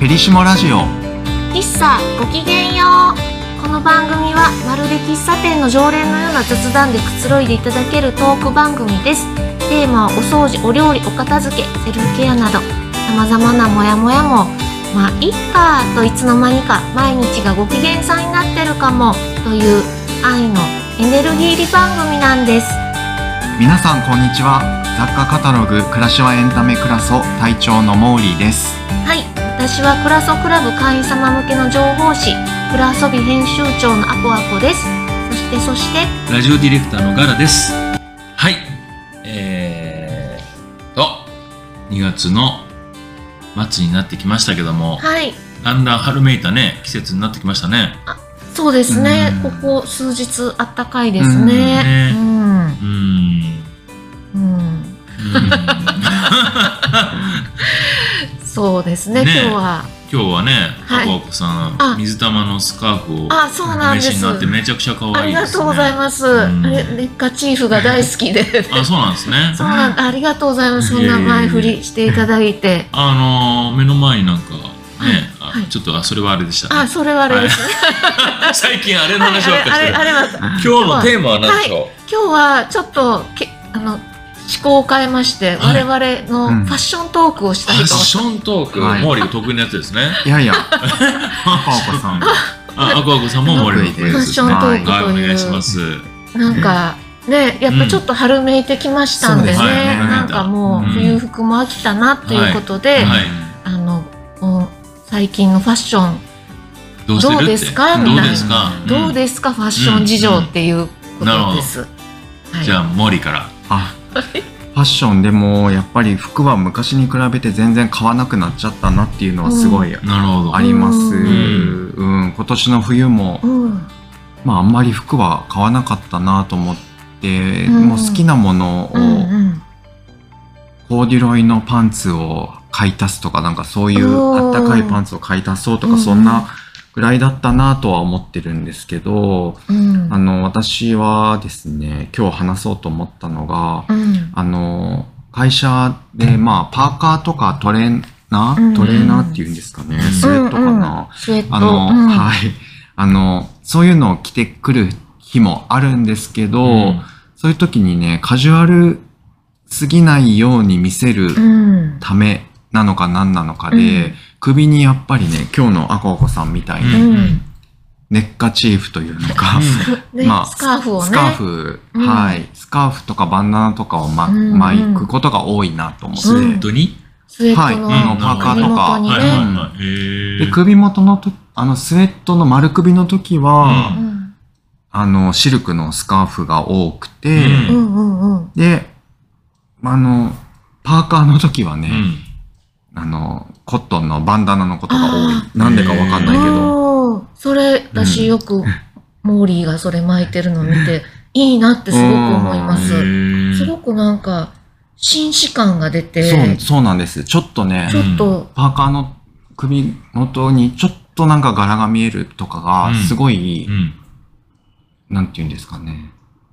ペリシモラジオ喫茶ごきげんようこの番組はまるで喫茶店の常連のような雑談でくつろいでいただけるトーク番組ですテーマはお掃除お料理お片付けセルフケアなど様々なモヤモヤもまあいっかといつの間にか毎日がご機嫌さんになってるかもという愛のエネルギー入り番組なんです皆さんこんにちは雑貨カタログ暮らしはエンタメクラソ隊長のモーリーですはい、私はクラソクラブ会員様向けの情報誌「クラソビ編集長のアコアコ」ですそしてそしてラジオディレクターのガラです。はい。えー、と、2月の末になってきましたけども、はいだんだん春めいたね、季節になってきましたね。そうですねうこんこ数日あったかいですねううんうーん。うん、うー んそうですねねえ今日は今日はね、はいあこあこさあん、水玉のスカーフをあそうおなん召でしにすなってめちゃくちゃ可あ愛りいでがすとね。うございます、うんあれレッカチーフが大好きであ、そうなんです ね。そうなんだありがとうございますそんいえいえいえな前振りしていただいてあのー目の前になんか、ね、あはいちょっと、あ、それはあれでしたねあ。それはあれですね最近あれのあれ話ばっかりしあてれるあ。れは今日のテーマは何でしょう、今日はちょっとけあの思考を変えまして、は我い々のうんファッショントークをしたいファッと思ってショントーク、はいモーリーが得意なやつですね。いやい やアコアコさんあ、アコアコさんもモーリーの得意ファなやつですね。はッい、ショントークというお願いします。なんかねやっぱちょっと春めいてきましたんでね,、そうですねなんかもううん冬服も飽きたなということで、いはいあのもう最近のファッションどうしてるってどうですかんみどたういなですか、んどうですか、ファッション事情っていうことです。はいじゃあ、モーリーから。あファッションでもやっぱり服は昔に比べて全然買わなくなっちゃったなっていうのはすごいなるほど。あります、うんうん今年の冬も、うんまああんまり服は買わなかったなと思って、うんもう好きなものを、うんうんコーデュロイのパンツを買い足すとか、なんかそういうあおっーたかいパンツを買い足そうとか、うんそんなぐらいだったなとは思ってるんですけど、うんあの、私はですね、今日話そうと思ったのが、うんあの、会社で、まあ、パーカーとかトレーナー、うんトレーナーっていうんですかね、スウェットかうんうな、んスウェットあの、うんはい。あの、そういうのを着てくる日もあるんですけど、うんそういう時にね、カジュアルすぎないように見せるうんためなのか何なのかで、うん首にやっぱりね、今日のアコアコさんみたいに、うんネッカチーフというの か、ねまあスカーフをねスカーフ、うんはい、スカーフとかバンダナとかを、まうんうん巻くことが多いなと思って、う本ん当に、スウェットの、はいあのパーカーとか首元にねはいはいはい。えでー、首元のと、あの、スウェットの丸首の時は、うんうんあの、シルクのスカーフが多くて、うんうんうんうん。で、あの、パーカーの時はね、うん。あの、コットンのバンダナのことが多あい。なんでかわかんないけど。おーそれ、私よく、モーリーがそれ巻いてるの見て、いいなってすごく思いまえす。ーすごくなんか、紳士感が出て、そう、そうなんです。ちょっとねち、ょっと、パーカーの首元にちょっとなんか柄が見えるとかうが、んすごい、うん。なんて言うんですかね。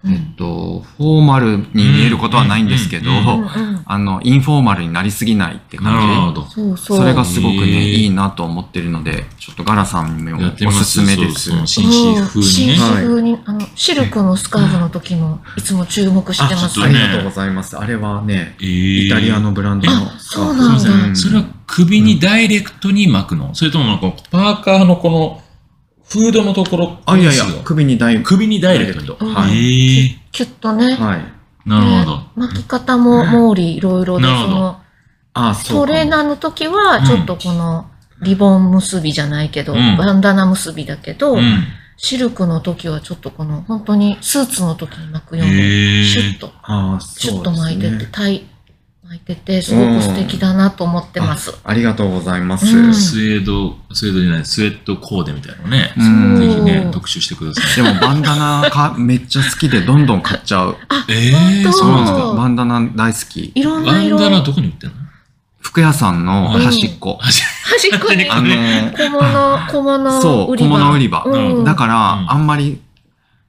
うんえっと、フォーマルに見えることはないんですけど、うんうんうんうんあの、インフォーマルになりすぎないってなるほ感ど。そうじ。そう。それがすごくへーね、いいなと思ってるので、ちょっとガラさんにもやってみおますすすめです。そうそう紳士風にね紳士風に、あの、シルクのスカーフの時も、いつも注目してまあちすょっあとりねがとうございます。あれはね、えーイタリアのブランドのあスカーそうフなんだすいませんそれは首にダイレクトに巻くの、それともなんかパーカーのこのフードのところあ、いやいですやよ、首にダイ首にダイレクトに。ははい。へえキュッとね。はい。なるほど。ね巻き方もモーリーいろいろで、そなるほどの、あ、そう。トレーナーの時は、ちょっとこの、リボン結びじゃないけど、うんバンダナ結びだけど、うん。シルクの時はちょっとこの、本当にスーツの時に巻くように、シュへッと、あ、そシう、ュッと巻いてて、ね。タイ巻いてて、すごく素敵だなと思ってます。ありがとうございます。うんえ。スウェード、スウェードじゃない、スウェットコーデみたいなのね。うんぜひねお、ー特集してくださでい。もバンダナ かめっちゃ好きでどんどん買っちゃう。え本当ー、そうなんですか。バンダナ大好き。いろんワなン色。ダラどこに売ってんの服屋さんの端っこ。端っこにあのー小物、小物そう、売り小場。物売り場。うんだから、うんあんまり、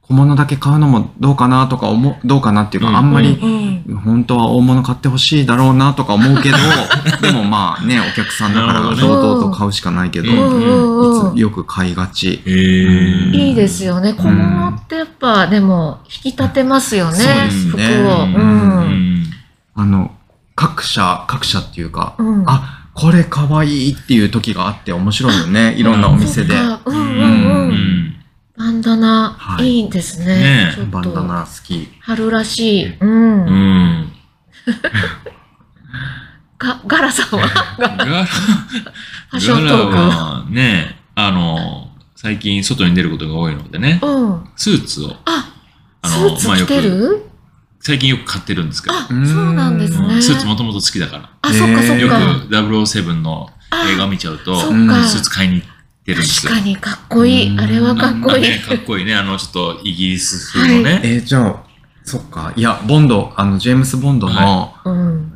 小物だけ買うのもどうかなとか思う、どうかなっていうか、うんあんまり、うん。本当は大物買ってほしいだろうなとか思う けど、でもまあね、お客さんだかなるほらどね堂々と買うしかないけど、うんいうんうんつよく買いがち。えーいいですよね。小物ってやっぱ、でも、引き立てますよね。そうです服ねを。ううん。あの、各社、各社っていうか、うん。あ、これ可愛いっていう時があって面白いよね。いろんなお店で。そっかうんうんうんううん。んバンダナは、いいいですねね。えちょっとバンダナ好き。春らしい。うん。うんが、ガラさんはガラファッショントークガラはねあの最近外に出ることが多いのでねうん。スーツをあ、あスのーツ着てまあよる最近よく買ってるんですけど、あ、そうなんですうんね。スーツもともと好きだかあ、そっかそらえーっよくか。 007のあ映画見ちゃうとそっうか。スーツ買いに行ってるんです確よかにかっこいい。あれはかっこいいなん。かねかっこいいねあのちょっとイギリス風のね、えーじゃあ、そっか。いや、ボンド、あの、ジェームス・ボンドのうん。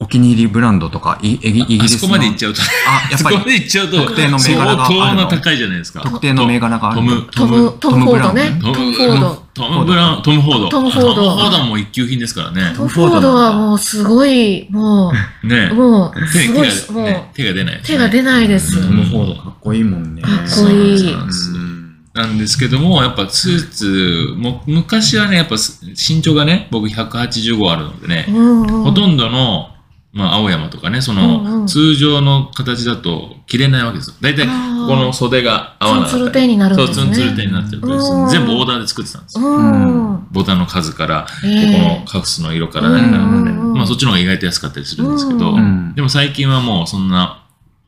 お気に入りブランドとか、いイギイギあリスの。そこまで行っちゃうとあ、やっぱそこまりで行っちゃうと特定の銘柄があるの相当な高いじゃないですか特定の銘柄があるトムトム、トム・フォードね。トトムム・フォード。トムブラウントム・フォードトムフォードトムフォードも一級品ですからねトム・フォードはもうすごい、もね う、もう、手すごい、手が、もうね、、手が出ないですね、手が出ないです。トム・フォードかっこいいもんね。かっこいいうんなんですけどもやっぱスーツも昔はねやっぱ身長がね僕185あるのでね、うんうん。ほとどんどの、まあ、青山とかねそうんうのん通常の形だと着れないわけですよ大体こあーこの袖が合わなかツンっツルたテりンになるんそでうすツね。ンツルテンになってるとですうんね全部オーダーで作ってたんですようん。ボタンの数からでこえのカフスの色から何からまで、うんうんうんまあ、そっちの方が意外と安かったりするんですけど、うんでも最近はもうそんな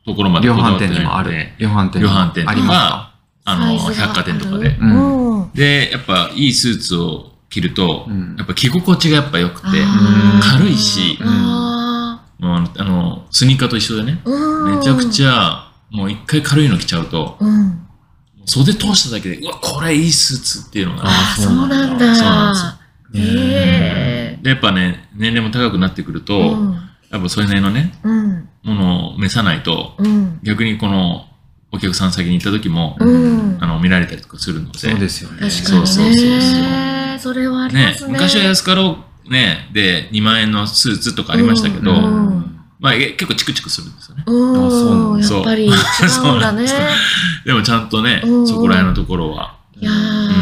ところまで量こだわ販って店にもなあいのるで。量販店に量も販店とありまかあのサイズが百貨店とかあでる。うんうん。でやっぱいいスーツを着ると、うんやっぱ着心地がやっぱ良くてあー軽いしあもうあのあのスニーカーと一緒でねーうん。めちゃくちゃもう一回軽いの着ちゃうとうん。袖通しただけでうわこれいいスーツっていうのがあー、そうなんだだ。そうなんですよすよええ。でやっぱね年齢も高くなってくると、うん。やっぱそれなりのねうん。ものを召さないとうん。逆にこのお客さん先に行った時も、うん。あの見られたりとかするのでそうですよね。確かそにうね。そうそそそうれはありまねすね。昔は安かろう、ね、で2万円のスーツとかありましたけど、うんまあ、え結構チクチクするんですよねあそうなうんん、だやっぱり違 そううんだね。でもちゃんとね、うんそこら辺のところは。いやうんっ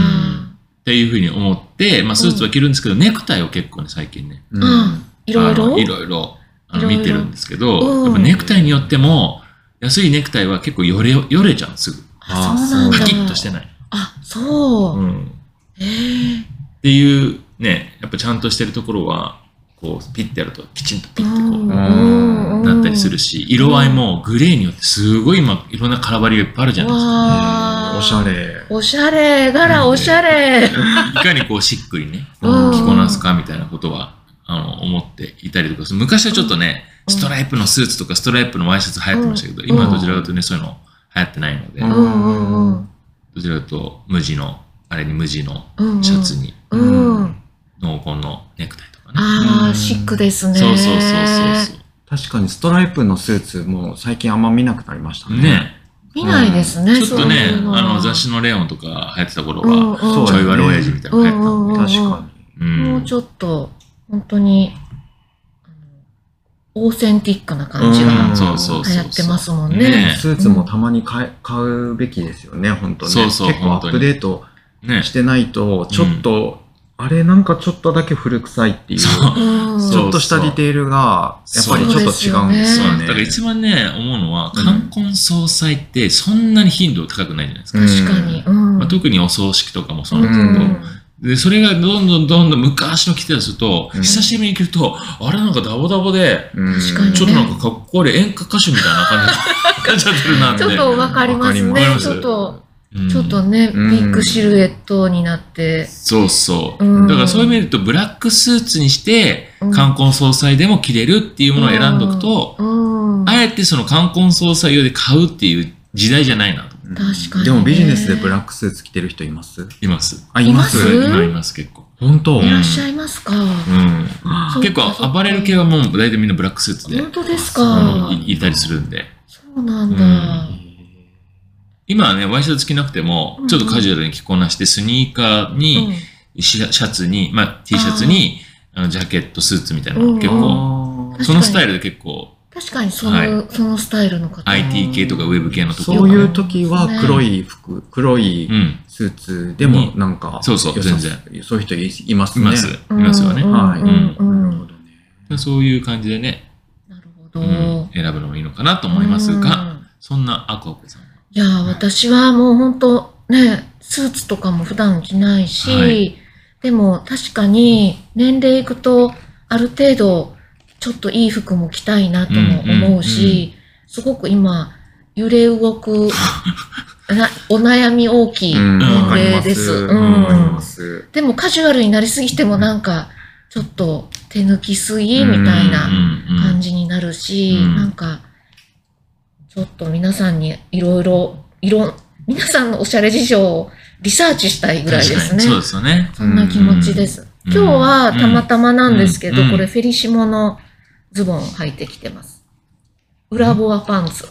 ていうふうに思って、まあ、スーツは着るんですけど、ネクタイを結構ね最近ねうー、うん、いろいあのろいろいろあいのろいろ見てるんですけど、うんやっぱネクタイによっても安いネクタイは結構よれよれちゃうすぐあそうなんだパキッとしてない、あ、そうう。ん、ええっていうねやっぱちゃんとしてるところはこうピッてやるときちんとピッてこう、んなったりするし、し色合いもグレーによってすごい今いろんなカラバリがいっぱいあるじゃないですかわーおしゃ。れ。おしゃれ、柄おしゃれ。いかにこうしっくりねうん着こなすかみたいなことはあの思っていたりとか昔はちょっとねうんストライプのスーツとかストライプのワイシャツ流行ってましたけどうん今はどちらかというとねそういうの流行ってないのでうんうんうんうんどちらかというと無地のあれに無地のうんうん。シャツにうん。濃紺のネクタイとかねあうあ、んシックですね。そうそうそうそう確かにストライプのスーツも最近あんま見なくなりましたそうね。ね見ないですね、ちょっとねそういうのはあの雑誌のレオンとか流行ってた頃うんはうんそうちょい悪親父みたいなの流行ってたうんでん確かうんもうちょっと、本当に、あのオーセンティックな感じうがんそうそうそ流うそう行ってますもんに。ね。スーツもたまに買え買うべきですよね、本当ね。そうそう結構アップデートねしてないと、ちょっと、あれなんかちょっとだけ古臭いっていう、そちうんそうょっとしたディテールが、やっぱりちょっと違うんですよね。そうだから一番ね思うのは冠婚葬祭ってそんなに頻度高くないじゃないですか、確かに。うんまあ、特にお葬式とかもそううなんですけど、んでそれがどんどんどんどん昔の来てたりすると、うん久しぶりに来るとあれなんかダボダボでうん確かにねちょっとなんかかっこ悪い演歌歌手みたいな感じになっちゃってるなってちょっとわかりますわかねりま。ちすょっと、うんちょっとね、ビうんッグシルエットになって。そうそう、うんだからそういう意味で言うとブラックスーツにして冠婚葬祭でも着れるっていうものを選んどくと、うん。あえてその冠婚葬祭用で買うっていう時代じゃないなと思うん確かにねでもビジネスでブラックスーツ着てる人いますいます。あ、いいまますす今います結構。本当、いらっしゃいますか。うん、そう結そっ構かアパレル系はもう大体みんなブラックスーツで本当ですあかの。いいたりするんで。そうなんうだ。今はね、ワイシャツ着なくてもうん、ちょっとカジュアルに着こなして、スニーカーに、シャシャツに、まあ、T シャツに、あの、ジャケット、スーツみたいなのが結うん構、あーそのスタイルで結構、確かにその、そのスタイルの方 IT 系とかウェブ系のところそうがねいう時は黒い服、黒いうん、スーツでもなんか、そうそう良さ全然そういう人いますいね。ます、いますよね。うんはいうんうなるんほどね。そういう感じでね、なるほど、うん選ぶのもいいのかなと思いますが、うんそんなアクアコさんは。いやー私はもう本当ねスーツとかも普段着ないし、はいでも確かに年齢いくとある程度ちょっといい服も着たいなとも思うし、うんうんすごく今揺れ動く なお悩み大きい、うん年わかりま齢ですうんうんわかります。でもカジュアルになりすぎてもなんかちょっと手抜きすぎみたいな感感じになるし、うんなんか、ちょっと皆さんにいろいろ、いろ、皆さんのおしゃれ事情をリサーチしたいぐらいですね。そうですよね。そんな気持ちです。うん今日はたまたまなんですけど、うんこれフェリシモのズボン履いてきてます。裏ボアパンツ。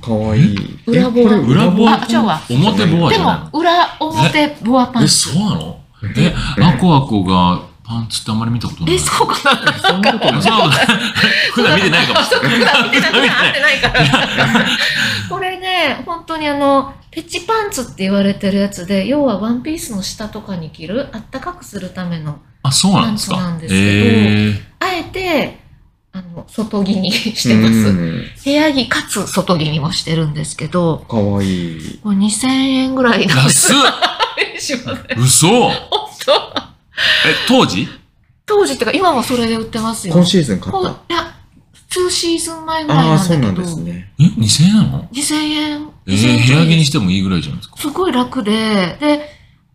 かわいい。裏ボアえこれ裏ボアあ、今日は。表ボアでじゃないも、裏表ボアパのンえ、ツ。そうなのえ、アコアコがパンツってあんまり見たことない。え、そうかなそんなことないそう 普段見てないかもしれなそう い。普段見てない。普段会ってないから。 これね、本当にあの、ペチパンツって言われてるやつで、要はワンピースの下とかに着る、あったかくするための、あ、そうなんですパンツなかん。ですけどえーあえて、あの、外着にしてます。す。部屋着かつ外着にもしてるんですけど、かわいい。これ2000円ぐらいなんです。安っ嘘え、本当当時 当時ってか今もそれで売ってますよ。今シーズン買こうっいた。や、2シーズン前ぐらいあなんあ、だそけど。うなんですね。え、2000円なの2000円。え2000円ー、部屋着にしてもいいぐらいじゃないですか。すごい楽で、で、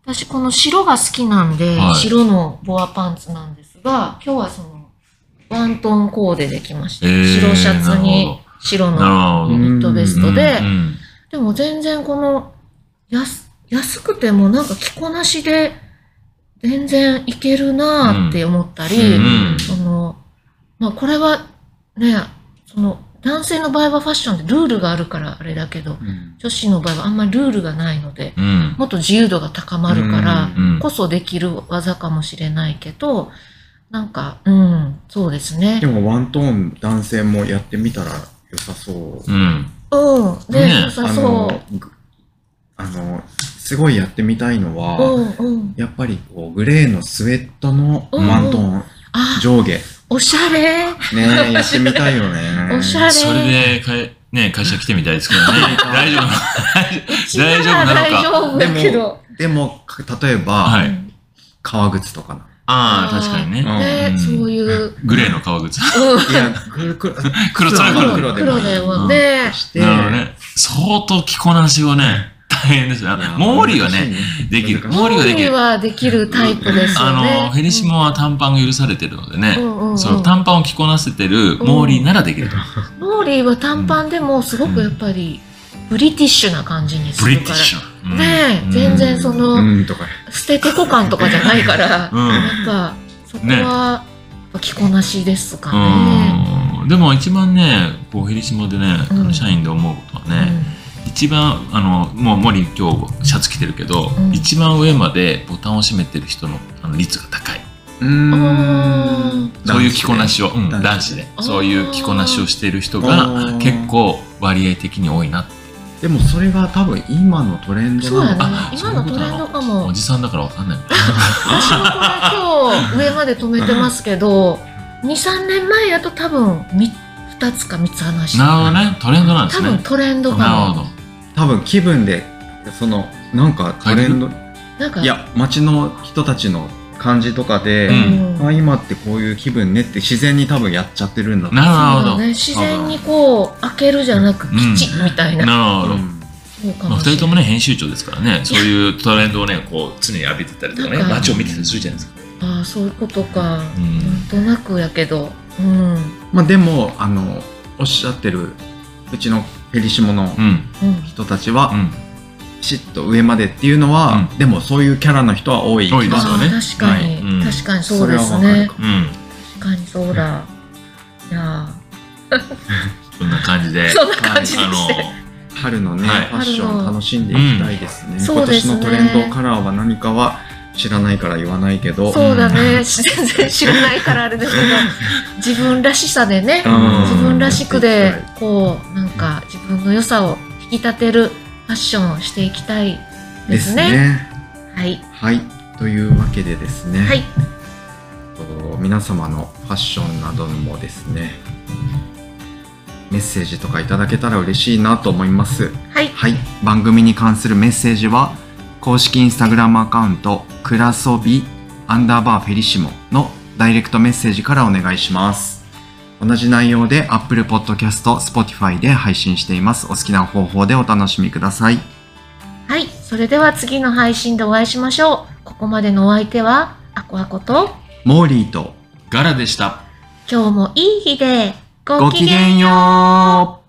私この白が好きなんで、はい白のボアパンツなんですが、今日はその、ワントーンコーデできました。えー白シャツに、白のなるほニど。ットベストでう、んでも全然この、安、安くてもなんか着こなしで、全然いけるなーって思ったり、うんうんその、まあこれはね、その、男性の場合はファッションってルールがあるからあれだけど、女子の場合はあんまりルールがないので、うん。もっと自由度が高まるからうん。こそできる技かもしれないけど、なんか、うん、そうですねで。もワントーン男性もやってみたら良さそう。うん。うん、で、ね良さあその、ぐあの、すごいやってみたいのは、う。うん、うん。やっぱりこうグレーのスウェットのうんワントーンあ、上下。おしゃれ。ね え、やってみたいよね。おしゃれ。それで、かえ、ね、会社来てみたいですけどね。 大丈夫。うちなら大大丈丈夫だけど。でも、か例えば、はういん革靴とかな。ああーあ、確かにね。ねうんそういう。グレーの革靴。いや、黒、黒、黒それは黒黒黒ででももね。いいして、なるほどね。相当着こなしをね、大変ですよ。いやモーリーはね、、難しいできる難しいモーリーはできるはできるタイプですよね。あの、フェリシモは短パンが許されてるのでうね、ん、うんうんうん、その短パンを着こなせてるモーリーならできると。モーリーは短パンでもすごくやっぱりブリティッシュな感じにすブリるティかッら。シュ。うんねえうん全然そのうん、とか。捨ててこ感とかじゃないから、うんやっぱそこは、ねやっぱ着こなしですかね。うんでも一番ね、こう、フェリシモでね、あうのん社員で思うことはね、一番あのもう森今日シャツ着てるけど、うん一番上までボタンを閉めてる人のあの率が高いうあん。そういう着こなしを、うん男子で男子であーそういう着こなしをしている人あがー結構割合的に多いなでもそれが多分今のトレンうんそドうやなのねかあ。今のトレンドかもお。じさんだからわかんない私もこれ今日上まで止めてますけど、2、3年前やと多分2つか3つ話してる。なるほどねトレンドなんで多す分ねトレンドなるかほも。ど多分気分で、その、なんかトレンド、なんか、いや、街の人たちの感じとかで、う、うんあ今ってこういう気分ねって自然に多分やっちゃってるんだと思うなるそほうだど、ね、自然にこう開けるじゃなくうんきちっみたいな、なるほど、うんそうかまもあ、2しれない人ともね編集長ですからねそういうトレンドをねこう常に浴びてたりとかねなんか街を見てたりするじゃないですか、ああそういうことか、うなんんとなくやけどうんうんまあでも、あの、おっしゃってる、うちのフェリシモのうん人たちは、うん、ピシッと上までっていうのは、うでもそういうキャラの人は多い多いですよねああ確かに、はいうん確かにそうですれはわねかるかもうん、確かにそうだいやこんな感じでーそんな感じにして、あの、春のね、はいファッションを楽しんでいきたいですね、んそ今うです年のねトレンドカラーは何かは知らないから言わないけどそうだね全然知らないからあれ ですけど自分らしさでねうん自分らしくでやっていきこうなんか自分の良さを引き立てるファッションをしていきたたいいでですすね。ねはい、はいというわけでですね、はい、と皆様のファッションなどもですねメッセージとかいただけたら嬉しいなと思いますはい、はい番組に関するメッセージは公式インスタグラムアカウントくらそびアンダーバーフェリシモのダイレクトメッセージからお願いします同じ内容で Apple Podcast、Spotify で配信していますお好きな方法でお楽しみくださいはい、それでは次の配信でお会いしましょう。ここまでのお相手はアコアコとモーリーとガラでした。今日もいい日でごきげんよう